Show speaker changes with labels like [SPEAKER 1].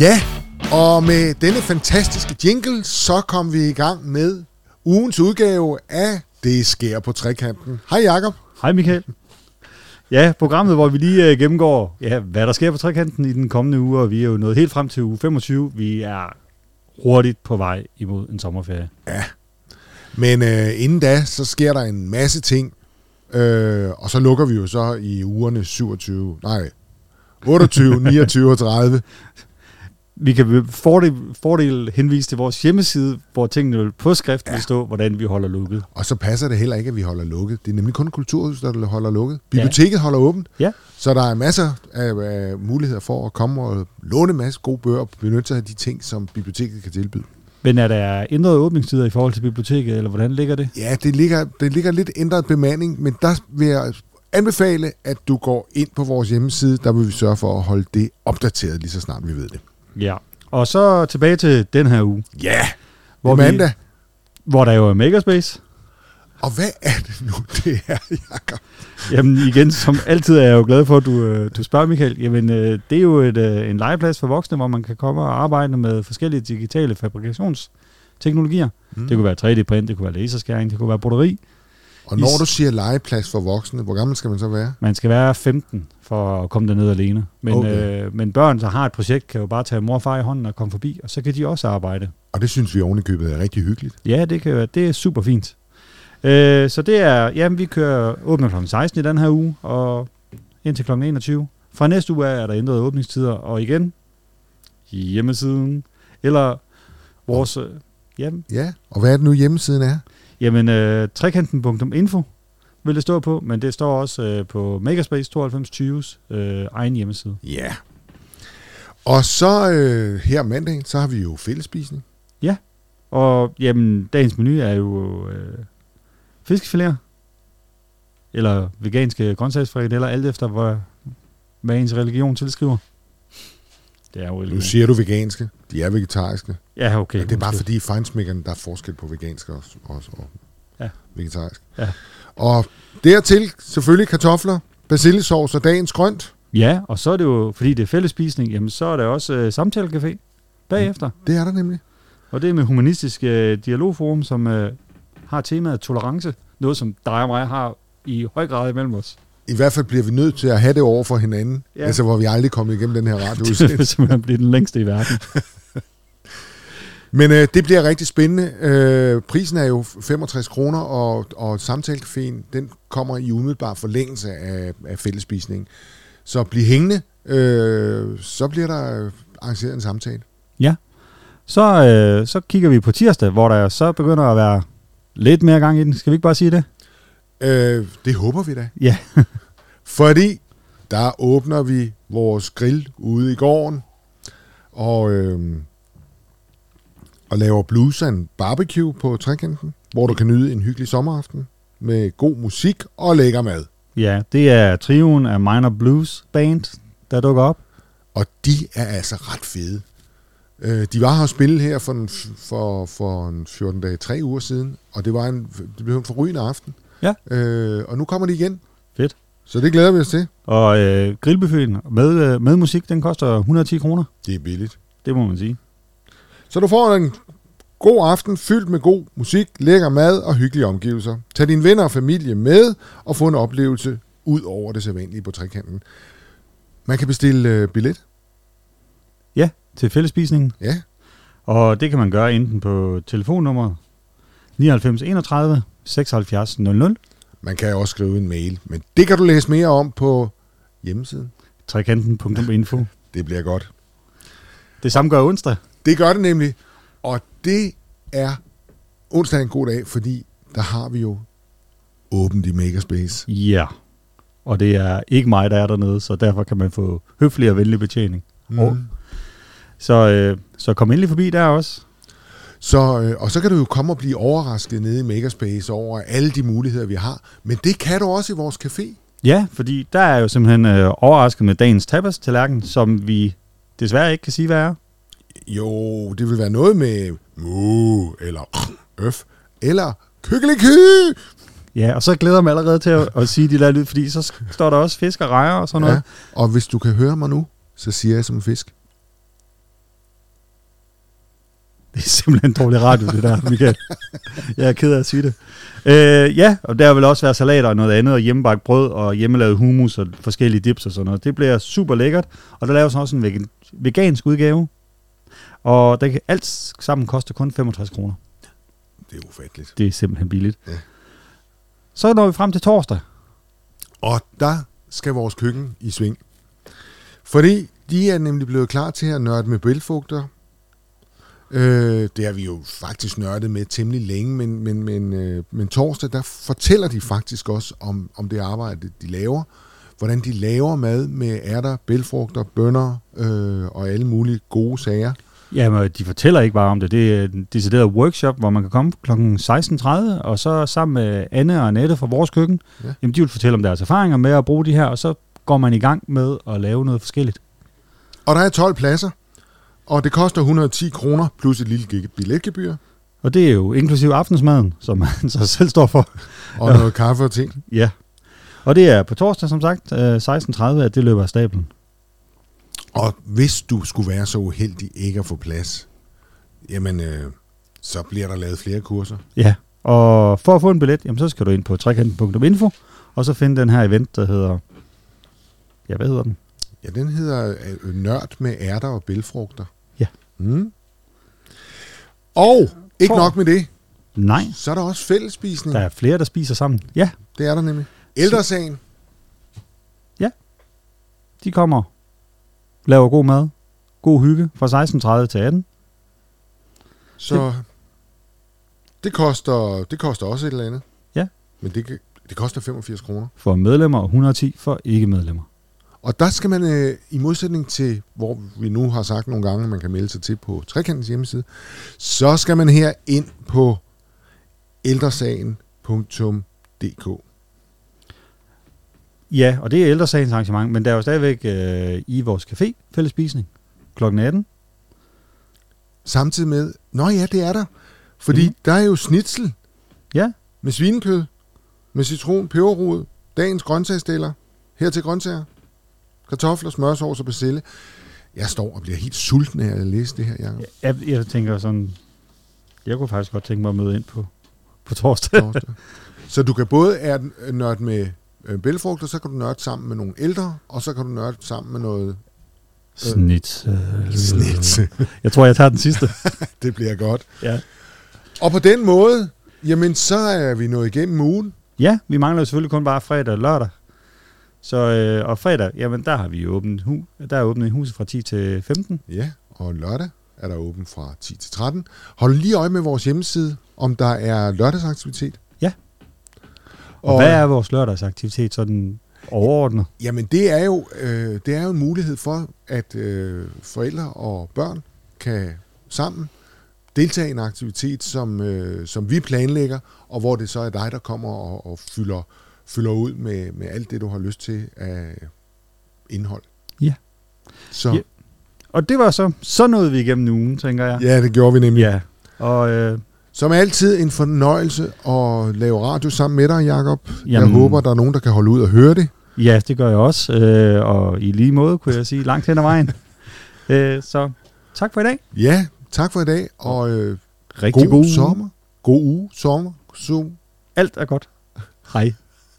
[SPEAKER 1] Ja, og med denne fantastiske jingle, så kom vi i gang med ugens udgave af Det sker på trekanten. Hej Jakob.
[SPEAKER 2] Hej Michael. Ja, programmet, hvor vi lige øh, gennemgår, ja, hvad der sker på trekanten i den kommende uge, og vi er jo nået helt frem til uge 25. Vi er hurtigt på vej imod en sommerferie.
[SPEAKER 1] Men øh, inden da, så sker der en masse ting, øh, og så lukker vi jo så i ugerne 27, nej, 28, 29 og 30.
[SPEAKER 2] Vi kan ved fordel, fordel henvise til vores hjemmeside, hvor tingene vil på skrift vil stå, hvordan vi holder lukket.
[SPEAKER 1] Og så passer det heller ikke, at vi holder lukket. Det er nemlig kun kulturhuset, der holder lukket. Biblioteket ja. holder åbent.
[SPEAKER 2] Ja.
[SPEAKER 1] Så der er masser af, af muligheder for at komme og låne en masse gode bøger og benytte sig af de ting, som biblioteket kan tilbyde.
[SPEAKER 2] Men er der ændrede åbningstider i forhold til biblioteket, eller hvordan ligger det?
[SPEAKER 1] Ja, det ligger, det ligger lidt ændret bemanding, men der vil jeg anbefale, at du går ind på vores hjemmeside. Der vil vi sørge for at holde det opdateret, lige så snart vi ved det.
[SPEAKER 2] Ja. Og så tilbage til den her uge,
[SPEAKER 1] Ja!
[SPEAKER 2] Hvor
[SPEAKER 1] Hvor
[SPEAKER 2] vi-
[SPEAKER 1] mandag.
[SPEAKER 2] hvor der jo er Makerspace.
[SPEAKER 1] Og hvad er det nu, det er, Jacob?
[SPEAKER 2] Jamen igen, som altid er jeg jo glad for, at du, øh, du spørger, Michael. Jamen, øh, det er jo et, øh, en legeplads for voksne, hvor man kan komme og arbejde med forskellige digitale fabrikationsteknologier. Mm. Det kunne være 3D-print, det kunne være laserskæring, det kunne være broderi.
[SPEAKER 1] Og når
[SPEAKER 2] Is-
[SPEAKER 1] du siger legeplads for voksne, hvor gammel skal man så være?
[SPEAKER 2] Man skal være 15 for at komme derned alene. Men,
[SPEAKER 1] Okay.
[SPEAKER 2] okay. øh, men børn, der har et projekt, kan jo bare tage mor og far i hånden og komme forbi, og så kan de også arbejde.
[SPEAKER 1] Og det synes vi ovenikøbet er rigtig hyggeligt.
[SPEAKER 2] Ja, det, kan være. det er super fint. Øh, så det er, jamen vi kører, åbner kl. 16 i den her uge, og indtil kl. 21. Fra næste uge af er der ændrede åbningstider, og igen, hjemmesiden, eller vores, øh, jamen,
[SPEAKER 1] Ja, og hvad er det nu hjemmesiden er?
[SPEAKER 2] jamen øh, trekanten.info vil det stå på, men det står også øh, på Makerspace 9220's øh, egen hjemmeside.
[SPEAKER 1] Ja. Og så øh, her mandag, så har vi jo fællespisning.
[SPEAKER 2] Og jamen, dagens menu er jo øh, fiskefiléer, eller veganske grøntsagsfrikadeller, alt efter, hvor, hvad ens religion tilskriver. Det er jo
[SPEAKER 1] Nu
[SPEAKER 2] religion.
[SPEAKER 1] siger du veganske, de er vegetariske.
[SPEAKER 2] Ja, okay.
[SPEAKER 1] Men det er bare
[SPEAKER 2] undskyld.
[SPEAKER 1] fordi i fejnsmækkerne, der er forskel på vegansk og, og, og ja.
[SPEAKER 2] Ja.
[SPEAKER 1] vegetarisk.
[SPEAKER 2] Ja.
[SPEAKER 1] Og dertil selvfølgelig kartofler, basilisauce og dagens grønt.
[SPEAKER 2] Ja, og så er det jo, fordi det er fællesspisning, jamen så er der også øh, samtalecafé bagefter.
[SPEAKER 1] Det er der nemlig.
[SPEAKER 2] Og det er med Humanistisk øh, Dialogforum, som øh, har temaet tolerance. Noget, som dig og mig har i høj grad imellem os.
[SPEAKER 1] I hvert fald bliver vi nødt til at have det over for hinanden. Ja.
[SPEAKER 2] Ja.
[SPEAKER 1] Altså, hvor vi aldrig kommer igennem den her radioudsendelse.
[SPEAKER 2] Det vil simpelthen blive den længste i verden.
[SPEAKER 1] Men øh, det bliver rigtig spændende. Øh, prisen er jo 65 kroner, og, og samtalecaféen, den kommer i umiddelbar forlængelse af, af fællesspisningen. Så bliv hængende, øh, så bliver der øh, arrangeret en samtale.
[SPEAKER 2] Så, øh, så kigger vi på tirsdag, hvor der så begynder at være lidt mere gang i den. Skal vi ikke bare sige det?
[SPEAKER 1] Øh, det håber vi da.
[SPEAKER 2] Ja.
[SPEAKER 1] Fordi der åbner vi vores grill ude i gården, og, øh, og laver blues og en barbecue på trekanten, hvor du kan nyde en hyggelig sommeraften med god musik og lækker mad.
[SPEAKER 2] Ja, det er trioen af Minor Blues Band, der dukker op.
[SPEAKER 1] Og de er altså ret fede. Øh, de var her og spille her for, en, for, for en 14 dage, tre uger siden, og det, var en, det blev en forrygende aften.
[SPEAKER 2] Ja.
[SPEAKER 1] Øh, og nu kommer de igen.
[SPEAKER 2] Fedt.
[SPEAKER 1] Så det glæder vi os til.
[SPEAKER 2] Og øh, grillbuffeten med, øh, med musik, den koster 110 kroner.
[SPEAKER 1] Det er billigt.
[SPEAKER 2] Det må man sige.
[SPEAKER 1] Så du får en god aften fyldt med god musik, lækker mad og hyggelige omgivelser. Tag dine venner og familie med og få en oplevelse ud over det sædvanlige på trekanten. Man kan bestille øh, billet.
[SPEAKER 2] Ja, til fællespisningen.
[SPEAKER 1] Ja.
[SPEAKER 2] Og det kan man gøre enten på telefonnummer 99 31 76 00,
[SPEAKER 1] Man kan også skrive en mail, men det kan du læse mere om på hjemmesiden.
[SPEAKER 2] trekanten.info.
[SPEAKER 1] Det bliver godt.
[SPEAKER 2] Det samme gør onsdag.
[SPEAKER 1] Det gør det nemlig. Og det er onsdag er en god dag, fordi der har vi jo åbent i Makerspace.
[SPEAKER 2] Ja, og det er ikke mig, der er dernede, så derfor kan man få høflig og venlig betjening.
[SPEAKER 1] Mm.
[SPEAKER 2] Og- Så, øh, så kom endelig forbi der også.
[SPEAKER 1] Så, øh, og så kan du jo komme og blive overrasket nede i Makerspace over alle de muligheder, vi har. Men det kan du også i vores café.
[SPEAKER 2] Ja, fordi der er jo simpelthen øh, overrasket med dagens tapas-tallerken, som vi desværre ikke kan sige, hvad er.
[SPEAKER 1] Jo, det vil være noget med mu, eller øf, eller kykkeliky.
[SPEAKER 2] Ja, og så glæder jeg mig allerede til at, at sige de der lyd, fordi så sk- står der også fisk og rejer og sådan noget.
[SPEAKER 1] Ja, og hvis du kan høre mig nu, så siger jeg som en fisk.
[SPEAKER 2] Det er simpelthen dårlig radio, det der, Michael. Jeg er ked af at sige det. Øh, ja, og der vil også være salater og noget andet, og hjemmebagt brød og hjemmelavet hummus og forskellige dips og sådan noget. Det bliver super lækkert, og der laves også en vegan, vegansk udgave. Og der kan, alt sammen koster kun 65 kroner.
[SPEAKER 1] Det er ufatteligt.
[SPEAKER 2] Det er simpelthen billigt.
[SPEAKER 1] Ja.
[SPEAKER 2] Så når vi frem til torsdag.
[SPEAKER 1] Og der skal vores køkken i sving. Fordi de er nemlig blevet klar til at nørde med bælfugter. Øh, det har vi jo faktisk nørdet med temmelig længe, men, men, men, øh, men torsdag, der fortæller de faktisk også om, om det arbejde, de laver. Hvordan de laver mad med ærter, bælfrugter, bønner øh, og alle mulige gode sager.
[SPEAKER 2] Jamen, de fortæller ikke bare om det. Det er en decideret workshop, hvor man kan komme kl. 16.30, og så sammen med Anne og Annette fra vores køkken,
[SPEAKER 1] Ja.
[SPEAKER 2] ja. jamen, de vil fortælle om deres erfaringer med at bruge de her, og så går man i gang med at lave noget forskelligt.
[SPEAKER 1] Og der er 12 pladser, og det koster 110 kroner plus et lille ge- billetgebyr
[SPEAKER 2] Og det er jo inklusiv aftensmaden, som man så selv står for.
[SPEAKER 1] og noget kaffe og ting.
[SPEAKER 2] Ja. Og det er på torsdag, som sagt, øh, 16.30, at det løber af stablen.
[SPEAKER 1] Og hvis du skulle være så uheldig ikke at få plads, jamen, øh, så bliver der lavet flere kurser.
[SPEAKER 2] Ja. Og for at få en billet, jamen, så skal du ind på trekanten.info, og så finde den her event, der hedder... Ja, hvad hedder den?
[SPEAKER 1] Ja, den hedder øh, Nørd med ærter og bælfrugter.
[SPEAKER 2] Ja.
[SPEAKER 1] Mm. Og ikke
[SPEAKER 2] Tror-
[SPEAKER 1] nok med det,
[SPEAKER 2] Nej,
[SPEAKER 1] så er der også fællesspisning.
[SPEAKER 2] der er flere, der spiser sammen. Ja,
[SPEAKER 1] Det er der nemlig. Ældresagen,
[SPEAKER 2] de kommer, laver god mad, god hygge fra 16.30 til 18.
[SPEAKER 1] så det koster, det koster også et eller andet.
[SPEAKER 2] Ja.
[SPEAKER 1] Men det, kan- det koster 85 kroner.
[SPEAKER 2] For medlemmer og 110 for ikke-medlemmer.
[SPEAKER 1] Og der skal man, øh, i modsætning til, hvor vi nu har sagt nogle gange, at man kan melde sig til på Trekantens hjemmeside, så skal man her ind på ældresagen.dk.
[SPEAKER 2] Ja, og det er ældresagens arrangement, men der er jo stadigvæk øh, i vores café fællesspisning kl. 18.
[SPEAKER 1] Samtidig med, nå ja, det er der. Fordi mm. der er jo snitsel
[SPEAKER 2] Ja,
[SPEAKER 1] med svinekød, med citron, peberrod, dagens grøntsagsdeler, her til grøntsager, kartofler, smørsovs og persille. Jeg står og bliver helt sulten af at læse det her, Jacob.
[SPEAKER 2] jeg, jeg tænker sådan, jeg kunne faktisk godt tænke mig at møde ind på, på torsdag.
[SPEAKER 1] torsdag. Så du kan både er- nørde med øh, bælfrugter, så kan du nørde sammen med nogle ældre, og så kan du nørde sammen med noget
[SPEAKER 2] Snit.
[SPEAKER 1] snit.
[SPEAKER 2] Jeg tror, jeg tager den sidste.
[SPEAKER 1] det bliver godt.
[SPEAKER 2] ja.
[SPEAKER 1] Og på den måde, jamen så er vi nået igennem ugen.
[SPEAKER 2] ja, vi mangler jo selvfølgelig kun bare fredag og lørdag. Så, øh, og fredag, jamen der har vi jo åbent hu- der er åbnet huset fra 10 til 15.
[SPEAKER 1] Ja, og lørdag er der åben fra 10 til 13. Hold lige øje med vores hjemmeside, om der er lørdagsaktivitet.
[SPEAKER 2] Ja. Og,
[SPEAKER 1] Og,
[SPEAKER 2] hvad er vores lørdagsaktivitet sådan overordnet?
[SPEAKER 1] Jamen det er, jo, øh, det er jo en mulighed for, at øh, forældre og børn kan sammen deltage i en aktivitet, som, øh, som vi planlægger, og hvor det så er dig, der kommer og, og fylder, fylder ud med, med alt det, du har lyst til af indhold.
[SPEAKER 2] Ja.
[SPEAKER 1] Så
[SPEAKER 2] Ja. Og det var så, så nåede vi igennem ugen, tænker jeg.
[SPEAKER 1] ja, det gjorde vi nemlig.
[SPEAKER 2] ja. Og øh,
[SPEAKER 1] Som altid en fornøjelse at lave radio sammen med dig, Jacob. Jeg
[SPEAKER 2] Jamen.
[SPEAKER 1] håber, der er nogen, der kan holde ud og høre det.
[SPEAKER 2] ja, det gør jeg også. Øh, og i lige måde, kunne jeg sige, langt hen ad vejen. øh, så tak for i dag.
[SPEAKER 1] Ja, tak for i dag, og øh,
[SPEAKER 2] Rigtig
[SPEAKER 1] god,
[SPEAKER 2] god,
[SPEAKER 1] sommer. God uge, sommer, zoom.
[SPEAKER 2] Alt er godt. Hej.